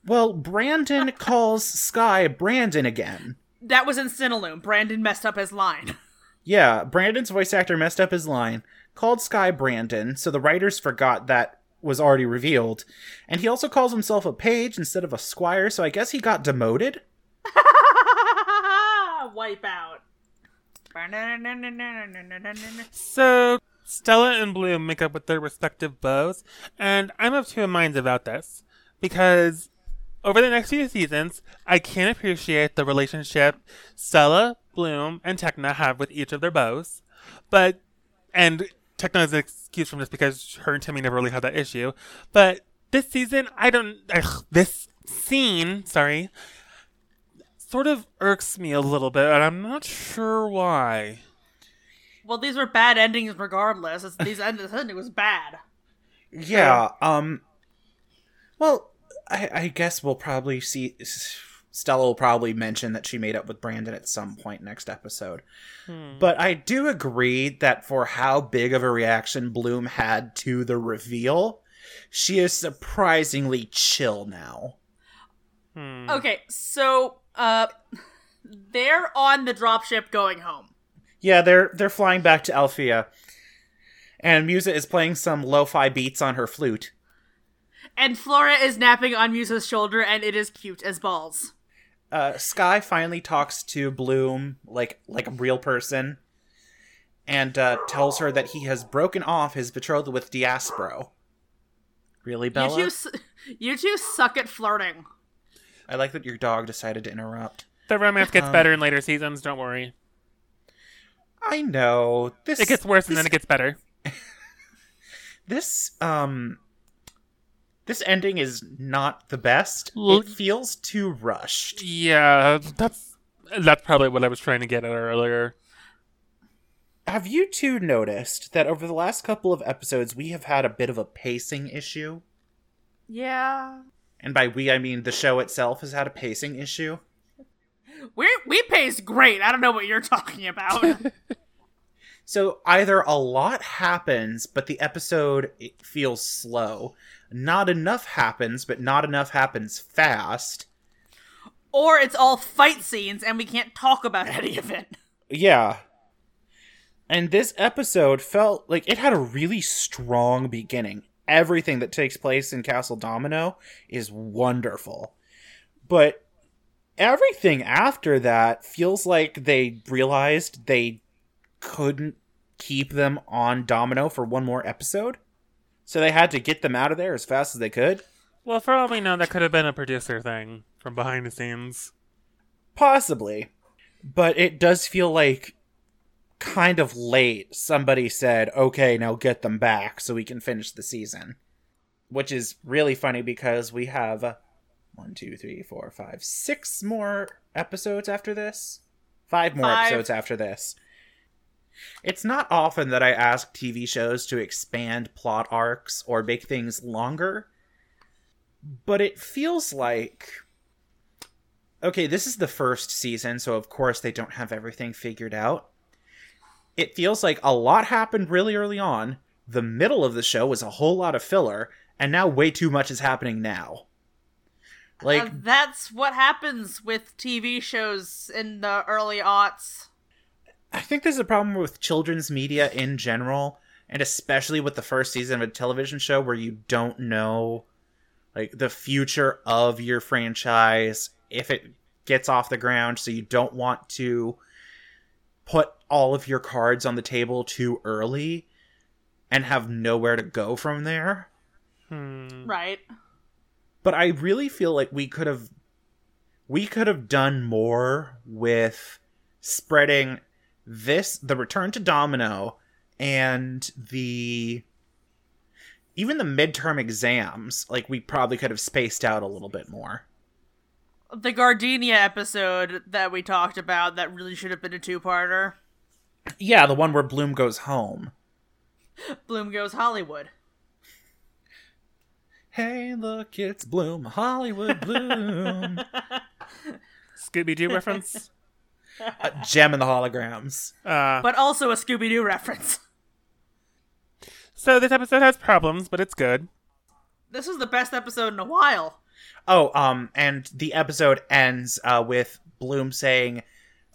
Speaker 2: Well, Brandon calls Sky Brandon again.
Speaker 1: That was in Cinnaloom. Brandon messed up his line. <laughs>
Speaker 2: Yeah, Brandon's voice actor messed up his line, called Sky Brandon, so the writers forgot that was already revealed. And he also calls himself a page instead of a squire, so I guess he got demoted.
Speaker 1: Wipe out.
Speaker 3: So Stella and Bloom make up with their respective bows, and I'm of two minds about this because over the next few seasons, I can appreciate the relationship Stella, Bloom, and Tekna have with each of their bows, but and Tekna is an excuse from this because her and Timmy never really had that issue, but this season I don't ugh, this scene sorry sort of irks me a little bit, and I'm not sure why.
Speaker 1: Well, these were bad endings regardless. It's, these end- this ending was bad.
Speaker 2: Yeah. Um. Well, I, I guess we'll probably see. Stella will probably mention that she made up with Brandon at some point next episode.
Speaker 3: Hmm.
Speaker 2: But I do agree that for how big of a reaction Bloom had to the reveal, she is surprisingly chill now.
Speaker 3: Hmm.
Speaker 1: Okay, so uh, they're on the dropship going home.
Speaker 2: Yeah, they're they're flying back to Alfea. And Musa is playing some lo-fi beats on her flute.
Speaker 1: And Flora is napping on Musa's shoulder, and it is cute as balls.
Speaker 2: uh, Sky finally talks to Bloom like like a real person, and uh, tells her that he has broken off his betrothal with Diaspro. Really, Bella?
Speaker 1: You two, s- you two suck at flirting.
Speaker 2: I like that your dog decided to interrupt.
Speaker 3: The romance gets
Speaker 2: Um,
Speaker 3: better in later seasons. Don't worry.
Speaker 2: I know this.
Speaker 3: It gets worse and
Speaker 2: this-
Speaker 3: then it gets better.
Speaker 2: this um. This ending is not the best.
Speaker 3: L-
Speaker 2: It feels too rushed.
Speaker 3: Yeah, that's that's probably what I was trying to get at earlier.
Speaker 2: Have you two noticed that over the last couple of episodes we have had a bit of a pacing issue?
Speaker 1: Yeah.
Speaker 2: And by we, I mean the show itself has had a pacing issue.
Speaker 1: We we pace great. I don't know what you're talking about.
Speaker 2: So either a lot happens, but the episode it feels slow. Not enough happens, but not enough happens fast.
Speaker 1: or it's all fight scenes and we can't talk about any of it.
Speaker 2: Yeah. And this episode felt like it had a really strong beginning. Everything that takes place in Castle Domino is wonderful. But everything after that feels like they realized they couldn't keep them on Domino for one more episode. So they had to get them out of there as fast as they could.
Speaker 3: Well, for all we know, that could have been a producer thing from behind the scenes.
Speaker 2: Possibly. But it does feel like kind of late somebody said, okay, now get them back so we can finish the season. Which is really funny because we have uh, one, two, three, four, five, six more episodes after this. Five more
Speaker 1: Five.
Speaker 2: episodes after this. It's not often that I ask TV shows to expand plot arcs or make things longer, but it feels like okay, this is the first season, so of course they don't have everything figured out. It feels like a lot happened really early on. The middle of the show was a whole lot of filler, and now way too much is happening now. Like
Speaker 1: Uh, that's what happens with TV shows in the early aughts.
Speaker 2: I think there's a problem with children's media in general, and especially with the first season of a television show where you don't know like the future of your franchise if it gets off the ground, so you don't want to put all of your cards on the table too early and have nowhere to go from there.
Speaker 3: Hmm.
Speaker 1: Right.
Speaker 2: But I really feel like we could have we could have done more with spreading this the return to domino and the even the midterm exams like we probably could have spaced out a little bit more
Speaker 1: The Gardenia episode that we talked about that really should have been a two parter.
Speaker 2: yeah the one where bloom goes home
Speaker 1: Bloom Goes Hollywood.
Speaker 2: hey look it's bloom hollywood <laughs> bloom
Speaker 3: Scooby Doo reference,
Speaker 2: uh, gem and the holograms
Speaker 3: uh,
Speaker 1: But also a Scooby Doo reference. <laughs>
Speaker 3: So this episode has problems, but it's good.
Speaker 1: This is the best episode in a while.
Speaker 2: Oh, um, and the episode ends uh, with Bloom saying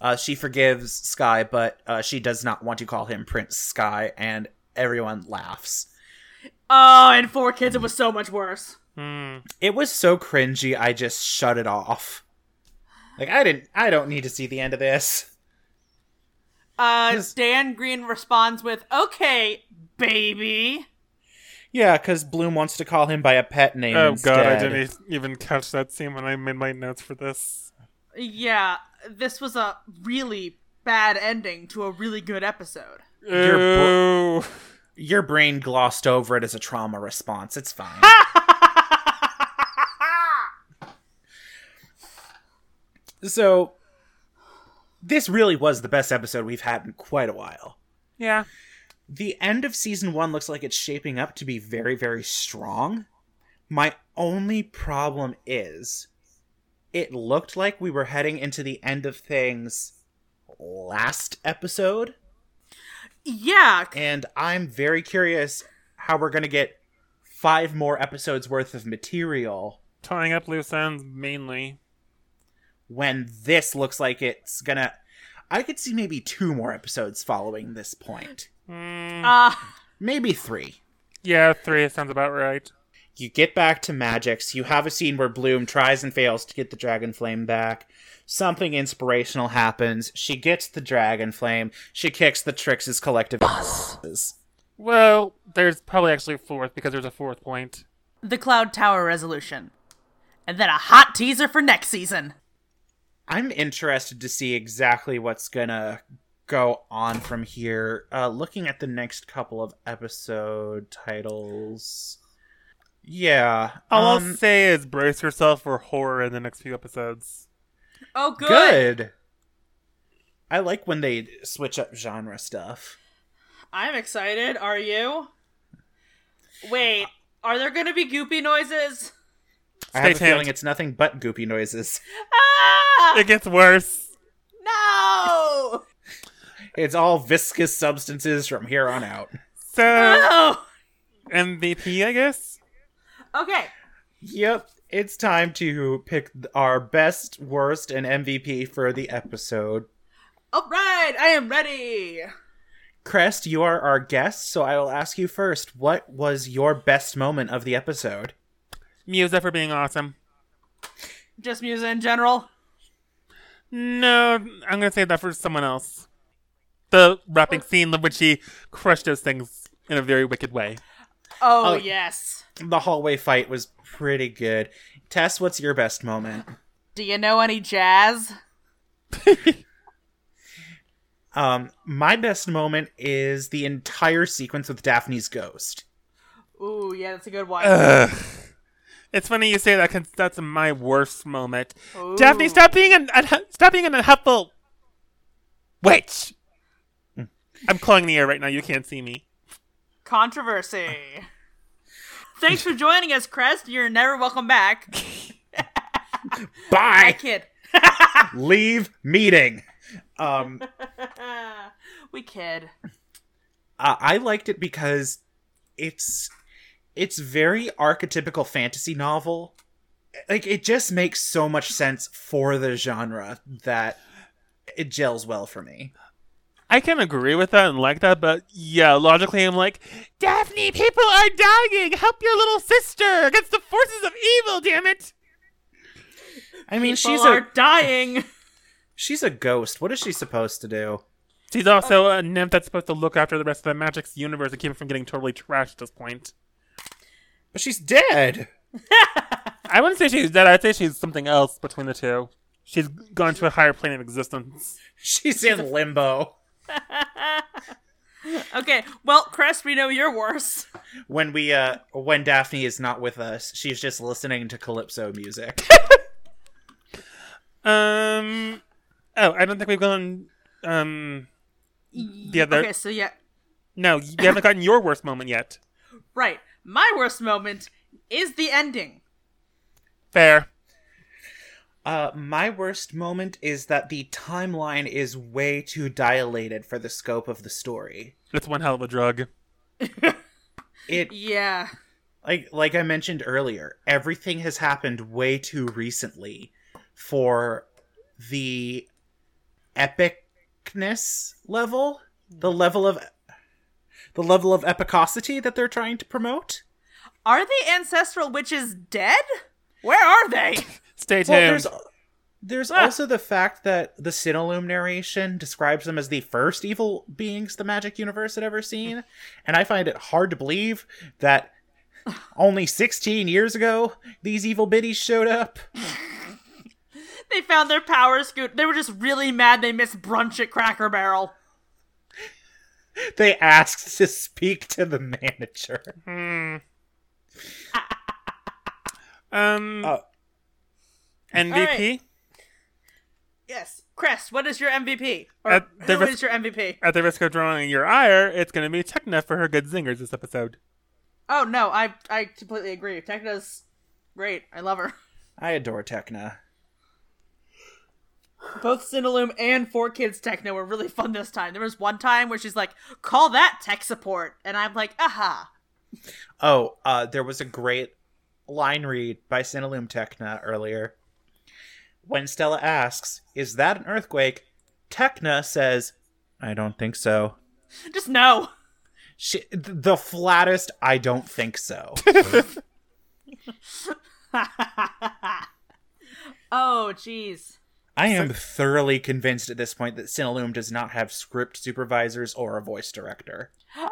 Speaker 2: uh, she forgives Sky, but uh, she does not want to call him Prince Sky, and everyone laughs.
Speaker 1: Oh, and Four Kids, it was so much worse.
Speaker 3: Hmm.
Speaker 2: It was so cringy. I just shut it off. Like I didn't. I don't need to see the end of this.
Speaker 1: Uh,
Speaker 2: Yes.
Speaker 1: Dan Green responds with, okay, baby.
Speaker 2: Yeah, because Bloom wants to call him by a pet name.
Speaker 3: Oh god, I
Speaker 2: instead.
Speaker 3: didn't e- even catch that scene when I made my notes for this.
Speaker 1: Yeah, this was a really bad ending to a really good episode.
Speaker 2: You're
Speaker 3: Ooh.
Speaker 2: Your brain glossed over it as a trauma response. It's <laughs> fine. so, this really was the best episode we've had in quite a while.
Speaker 3: Yeah.
Speaker 2: The end of season one looks like it's shaping up to be very, very strong. My only problem is it looked like we were heading into the end of things last episode,
Speaker 1: Yeah,
Speaker 2: and I'm very curious how we're going to get five more episodes worth of material
Speaker 3: Tying up loose ends mainly.
Speaker 2: when this looks like it's going to. I could see maybe two more episodes following this point,
Speaker 3: Mm,
Speaker 1: uh,
Speaker 2: maybe three.
Speaker 3: yeah, three sounds about right.
Speaker 2: You get back to Magix. You have a scene where Bloom tries and fails to get the dragon flame back. Something inspirational happens. She gets the dragon flame. She kicks the Trix's collective asses.
Speaker 3: Well, there's probably actually a fourth because there's a fourth point.
Speaker 1: the Cloud Tower resolution. And then a hot teaser for next season.
Speaker 2: I'm interested to see exactly what's gonna go on from here. Uh, looking at the next couple of episode titles, yeah.
Speaker 3: All I'll
Speaker 2: um,
Speaker 3: say is brace yourself for horror in the next few episodes.
Speaker 1: Oh, good.
Speaker 2: good. I like when they switch up genre stuff.
Speaker 1: I'm excited. Are you? Wait, are there going to be goopy noises?
Speaker 2: I have a
Speaker 3: Stay tuned.
Speaker 2: feeling it's nothing but goopy noises. <laughs>
Speaker 1: Ah!
Speaker 3: It gets worse.
Speaker 1: <laughs> No!
Speaker 2: It's all viscous substances from here on out.
Speaker 3: So
Speaker 1: No!
Speaker 3: MVP, I guess.
Speaker 1: <laughs> Okay.
Speaker 2: Yep, it's time to pick our best, worst, and MVP for the episode.
Speaker 1: All right, I am ready.
Speaker 2: Crest, you are our guest, so I will ask you first what was your best moment of the episode?
Speaker 3: Musa for being awesome.
Speaker 1: Just Musa in general.
Speaker 3: No, I'm gonna say that for someone else. The rapping scene in which she crushed those things in a very wicked way.
Speaker 1: Oh,
Speaker 2: Oh.
Speaker 1: yes.
Speaker 2: The hallway fight was pretty good. Tess, what's your best moment?
Speaker 1: Do you know any jazz?
Speaker 2: Um, my best moment is the entire sequence with Daphne's ghost.
Speaker 1: Ooh, yeah, that's a good one.
Speaker 3: Ugh. It's funny you say that because that's my worst moment.
Speaker 1: Ooh.
Speaker 3: Daphne, stop being an un- stop being an unhelpful <laughs> witch. I'm clawing the air right now. You can't see me.
Speaker 1: Controversy. Thanks for joining us, Crest. You're never welcome back. I <laughs>
Speaker 2: Bye!
Speaker 1: kid.
Speaker 2: Leave meeting! Um,
Speaker 1: we kid.
Speaker 2: uh, I liked it because it's it's very archetypical fantasy novel. Like it just makes so much sense for the genre that it gels well for me.
Speaker 3: I can agree with that and like that, but yeah, logically, I'm like, Daphne, people are dying. Help your little sister against the forces of evil. Damn it!
Speaker 2: I mean,
Speaker 1: People
Speaker 2: she's
Speaker 1: are
Speaker 2: a
Speaker 1: dying.
Speaker 2: she's a ghost. What is she supposed to do?
Speaker 3: She's also a nymph that's supposed to look after the rest of the Magic's universe and keep it from getting totally trashed at this point.
Speaker 2: But she's dead.
Speaker 3: I wouldn't say she's dead. I'd say she's something else between the two. She's gone to a higher plane of existence.
Speaker 2: <laughs> She's in limbo.
Speaker 1: okay, well, Crest, we know you're worse.
Speaker 2: When we uh when Daphne is not with us, she's just listening to calypso music.
Speaker 3: Um. Oh, I don't think we've gone. Um.
Speaker 1: Yeah,
Speaker 3: there-
Speaker 1: Okay, so yeah,
Speaker 3: No, you haven't gotten your worst moment yet.
Speaker 1: right. My worst moment is the ending.
Speaker 3: Fair.
Speaker 2: <laughs> Uh, my worst moment is that the timeline is way too dilated for the scope of the story.
Speaker 3: That's one hell of a drug.
Speaker 2: It
Speaker 1: Yeah.
Speaker 2: like like I mentioned earlier, everything has happened way too recently for the epicness level, the level of the level of epicosity that they're trying to promote.
Speaker 1: Are the ancestral witches dead? Where are they?
Speaker 3: Stay tuned.
Speaker 2: Well, there's there's
Speaker 1: Ah.
Speaker 2: also the fact that the Cinnaloom narration describes them as the first evil beings the magic universe had ever seen, and I find it hard to believe that only 16 years ago these evil biddies showed up.
Speaker 1: <laughs> They found their power scoot. They were just really mad they missed brunch at Cracker Barrel.
Speaker 2: They asked <laughs> to speak to the manager.
Speaker 3: Hmm. um.
Speaker 2: Oh.
Speaker 3: MVP.
Speaker 1: Yes. Crest, what is your MVP? Or
Speaker 3: At
Speaker 1: who
Speaker 3: the
Speaker 1: is
Speaker 3: risk-
Speaker 1: your MVP?
Speaker 3: At the risk of drawing your ire, it's going to be Techna for her good zingers this episode.
Speaker 1: Oh no, I I completely agree. Techna's great. I love her. <laughs>
Speaker 2: I adore Techna.
Speaker 1: Both Cinnaloom and Four Kids Techno were really fun this time. There was one time where she's like, "Call that tech support," and I'm like, "Aha!"
Speaker 2: Oh, uh, there was a great line read by Cinnaloom Techna earlier. When Stella asks, Is that an earthquake? Techna says, I don't think so.
Speaker 1: Just no.
Speaker 2: She, th- the flattest, I don't think <laughs> so.
Speaker 1: <laughs> oh, jeez.
Speaker 2: I am thoroughly convinced at this point that Cinnaloom does not have script supervisors or a voice director.
Speaker 1: Uh,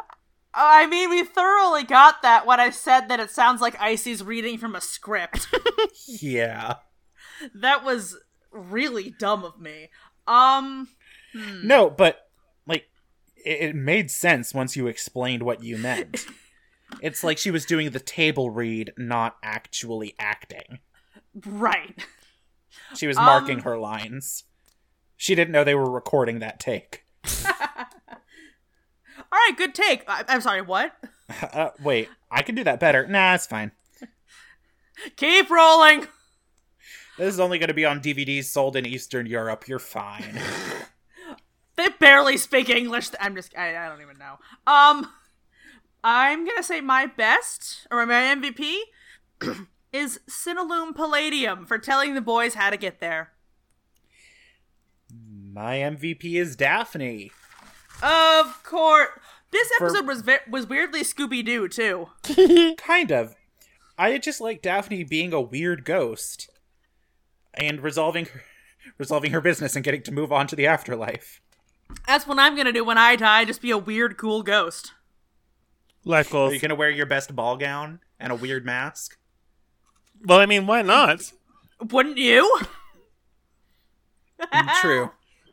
Speaker 1: I mean, we thoroughly got that when I said that it sounds like Icy's reading from a <laughs> script.
Speaker 2: Yeah.
Speaker 1: that was really dumb of me. Um, hmm.
Speaker 2: No, but like it, it made sense once you explained what you meant. it's like she was doing the table read, not actually acting.
Speaker 1: right.
Speaker 2: She was
Speaker 1: Um,
Speaker 2: marking her lines. She didn't know they were recording that take.
Speaker 1: All right, good take. I- I'm sorry. What?
Speaker 2: Uh, wait, I can do that better. Nah, it's fine.
Speaker 1: Keep rolling.
Speaker 2: This is only going to be on DVDs sold in Eastern Europe. You're fine.
Speaker 1: They barely speak English. I'm just. I, I don't even know. Um, I'm gonna say my best or my MVP <clears throat> is Cinnaloom Palladium for telling the boys how to get there.
Speaker 2: My MVP is Daphne.
Speaker 1: Of course. This
Speaker 2: For-
Speaker 1: episode was ve- was weirdly Scooby Doo too.
Speaker 2: Kind of. I just like Daphne being a weird ghost and resolving <laughs> her, resolving her business and getting to move on to the afterlife.
Speaker 1: That's what I'm gonna do when I die. Just be a weird, cool ghost.
Speaker 3: Life
Speaker 2: Are
Speaker 3: goals.
Speaker 2: you gonna wear your best ball gown and a weird mask?
Speaker 3: Well, I mean, why not?
Speaker 1: Wouldn't you?
Speaker 2: Mm, True.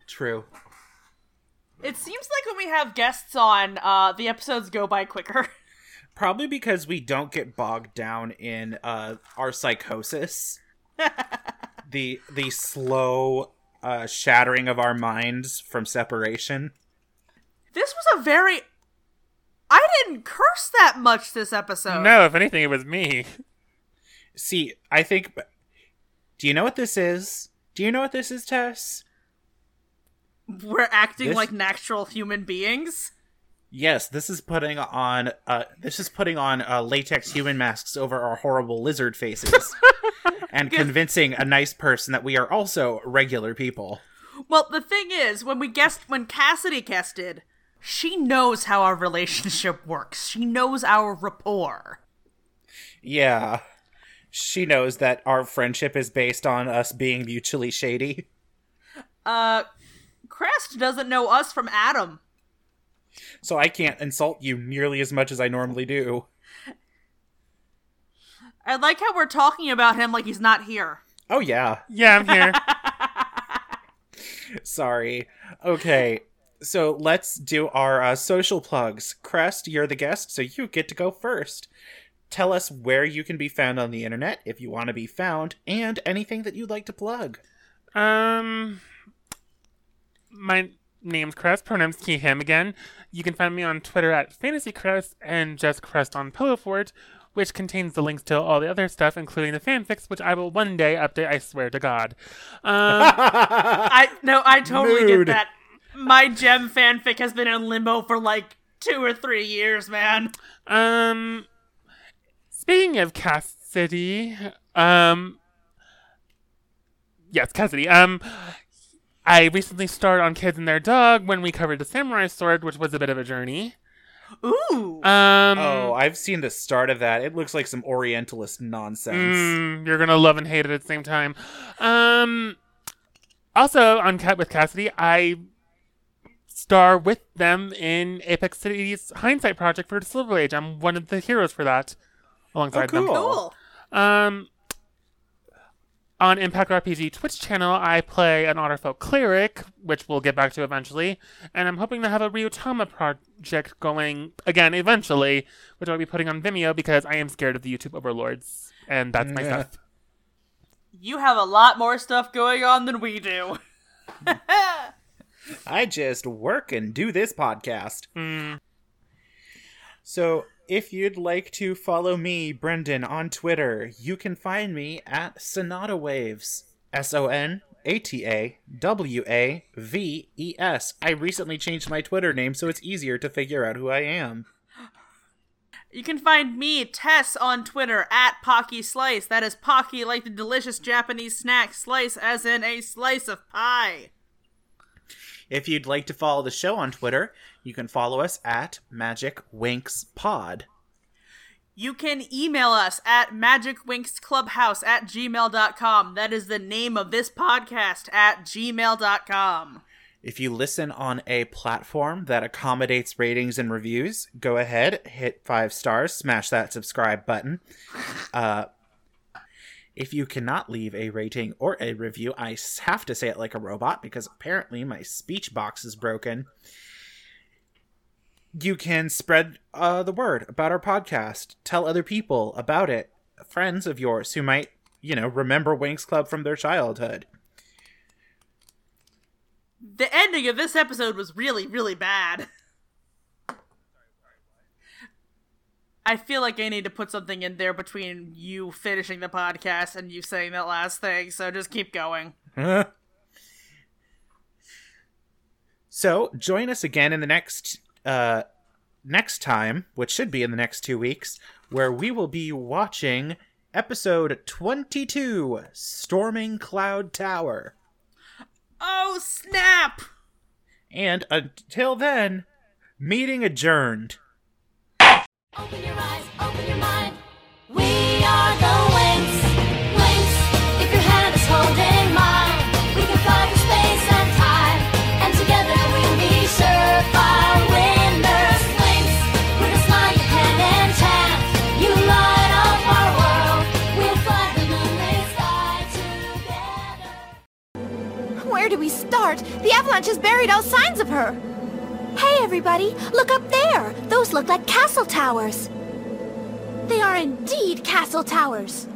Speaker 2: True.
Speaker 1: It seems like when we have guests on, uh, the episodes go by quicker. <laughs>
Speaker 2: Probably because we don't get bogged down in uh, our psychosis, the the slow uh, shattering of our minds from separation.
Speaker 1: This was a very. I didn't curse that much this episode.
Speaker 3: No, if anything, it was me.
Speaker 2: See, I think. Do you know what this is? Do you know what this is, Tess?
Speaker 1: We're acting
Speaker 2: This-
Speaker 1: like natural human beings.
Speaker 2: Yes, this is putting on uh, this is putting on uh, latex human masks over our horrible lizard <laughs> faces, and convincing a nice person that we are also regular people.
Speaker 1: Well, the thing is, when we guessed, when Cassidy guested, she knows how our relationship works. She knows our rapport.
Speaker 2: Yeah, she knows that our friendship is based on us being mutually shady.
Speaker 1: Uh, Crest doesn't know us from Adam.
Speaker 2: So I can't insult you nearly as much as I normally do.
Speaker 1: I like how we're talking about him like he's not here.
Speaker 2: Oh yeah,
Speaker 3: Yeah, I'm here.
Speaker 2: sorry. Okay, so let's do our uh, social plugs. Crest, you're the guest, so you get to go first. Tell us where you can be found on the internet if you want to be found, and anything that you'd like to plug.
Speaker 3: Um, my name's Crest, pronouns he, him again. You can find me on Twitter at Fantasy Crest and just Crest on Pillow Fort, which contains the links to all the other stuff, including the fanfics, which I will one day update, I swear to God.
Speaker 2: <laughs>
Speaker 3: Um,
Speaker 1: I no, I totally
Speaker 2: Mood.
Speaker 1: get that. My gem fanfic has been in limbo for like two or three years, man.
Speaker 3: um, speaking of Cassidy, um, yes, Cassidy, um, I recently starred on Kids and Their Dog when we covered the Samurai Sword, which was a bit of a journey.
Speaker 1: Ooh,
Speaker 3: Um,
Speaker 2: oh, I've seen the start of that. It looks like some Orientalist nonsense.
Speaker 3: Mm, you're gonna love and hate it at the same time. Um, also on Cat with Cassidy, I star with them in Apex City's Hindsight Project for the Silver Age. I'm one of the heroes for that, alongside
Speaker 2: cool.
Speaker 1: cool.
Speaker 3: them. Um, on Impact RPG Twitch channel, I play an Otterfolk cleric, which we'll get back to eventually, and I'm hoping to have a Ryutama project going again eventually, which I'll be putting on Vimeo because I am scared of the YouTube overlords, and that's my
Speaker 2: Yeah.
Speaker 3: stuff.
Speaker 1: You have a lot more stuff going on than we do.
Speaker 2: I just work and do this podcast. So, if you'd like to follow me, Brendan, on Twitter, you can find me at Sonata Waves. S O N A T A W A V E S. I recently changed my Twitter name so it's easier to figure out who I am.
Speaker 1: You can find me, Tess, on Twitter at Pocky Slice. That is Pocky like the delicious Japanese snack slice, as in a slice of pie.
Speaker 2: If you'd like to follow the show on Twitter, you can follow us at Magic Winks Pod.
Speaker 1: You can email us at magicwinksclubhouse at gmail.com. That is the name of this podcast at gmail.com.
Speaker 2: If you listen on a platform that accommodates ratings and reviews, go ahead, hit five stars, smash that subscribe button. Uh, if you cannot leave a rating or a review, I s- have to say it like a robot because apparently my speech box is broken. You can spread uh, the word about our podcast, tell other people about it, friends of yours who might, you know, remember Winx Club from their childhood.
Speaker 1: The ending of this episode was really, really bad. I feel like I need to put something in there between you finishing the podcast and you saying that last thing, so just keep going.
Speaker 2: <laughs> so join us again in the next uh next time which should be in the next two weeks where we will be watching episode 22 storming cloud tower
Speaker 1: Oh, snap!
Speaker 2: and until then meeting adjourned
Speaker 4: Open your eyes, open your mind. We are the Winks. Winks, if your hand is holding mine, we can fly through space and time. And together we'll be surefire winners. Winks, we're just like pen and chance. You light up our world. We'll fly the moonlit sky together.
Speaker 5: Where do we start? The avalanche has buried all signs of her. Hey, everybody, look up there. Those look like castle towers. They are indeed castle towers.